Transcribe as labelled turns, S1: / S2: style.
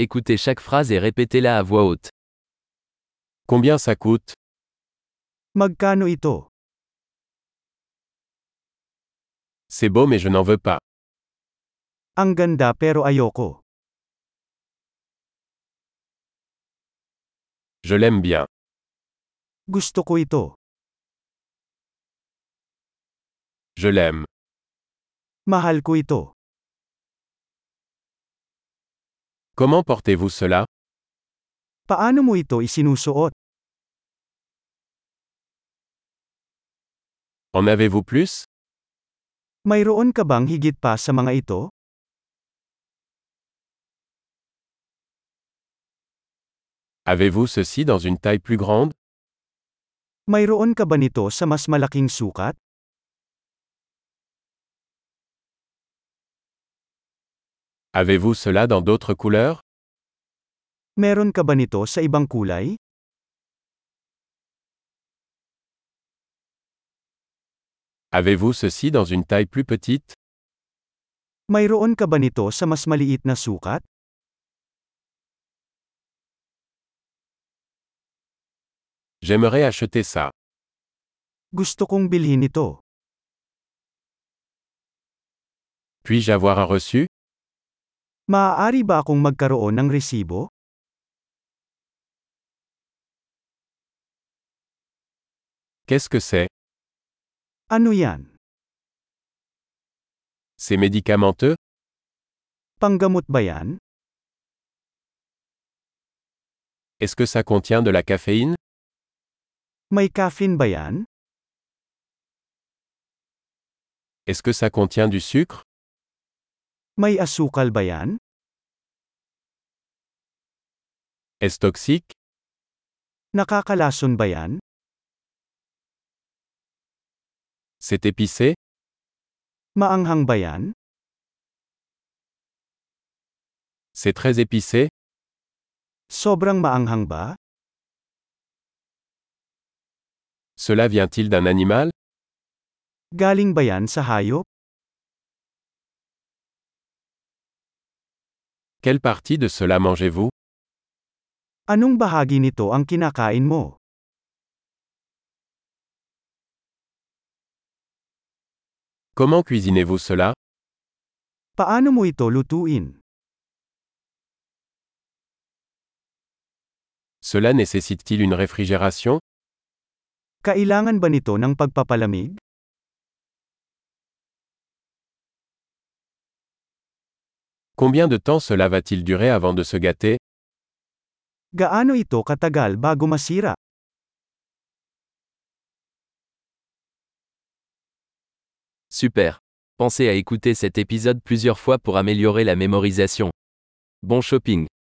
S1: Écoutez chaque phrase et répétez-la à voix haute.
S2: Combien ça coûte
S3: Magkano ito?
S2: C'est beau mais je n'en veux pas.
S3: Ang ganda pero ayoko.
S2: Je l'aime bien.
S3: Gusto ko ito.
S2: Je l'aime.
S3: Mahal ko ito.
S2: Comment portez-vous cela
S3: Paano mo ito isinusuot?
S2: En avez-vous plus
S3: Mayroon ka bang higit pa sa mga ito?
S2: Avez-vous ceci dans une taille plus grande
S3: Mayroon ka ba nito sa mas malaking sukat?
S2: Avez-vous cela dans d'autres couleurs
S3: Meron ka ba nito sa ibang kulay?
S2: Avez-vous ceci dans une taille plus petite
S3: Mayroon ka ba nito sa mas maliit na sukat?
S2: J'aimerais acheter ça.
S3: Gusto kong bilhin ito.
S2: Puis-je avoir un reçu
S3: Maaari ba akong magkaroon ng resibo?
S2: Qu'est-ce que c'est
S3: Ano yan?
S2: C'est médicamenteux
S3: Panggamot ba yan?
S2: Est-ce que ça contient de la caféine
S3: May caffeine ba yan?
S2: Est-ce que ça contient du sucre
S3: May asukal ba yan?
S2: Est-ce toxique
S3: Nakakalason ba yan?
S2: C'est épicé
S3: Maanghang ba yan?
S2: C'est très épicé
S3: Sobrang maanghang ba?
S2: Cela vient-il d'un animal
S3: Galing ba yan sa hayop?
S2: Quelle partie de cela mangez-vous
S3: Anong bahagi nito ang kinakain mo?
S2: Comment cuisinez-vous cela
S3: Paano mo ito lutuin?
S2: Cela nécessite-t-il une réfrigération
S3: Kailangan ba nito ng pagpapalamig?
S2: Combien de temps cela va-t-il durer avant de se gâter
S3: Gaano ito katagal bago masira?
S1: Super. Pensez à écouter cet épisode plusieurs fois pour améliorer la mémorisation. Bon shopping.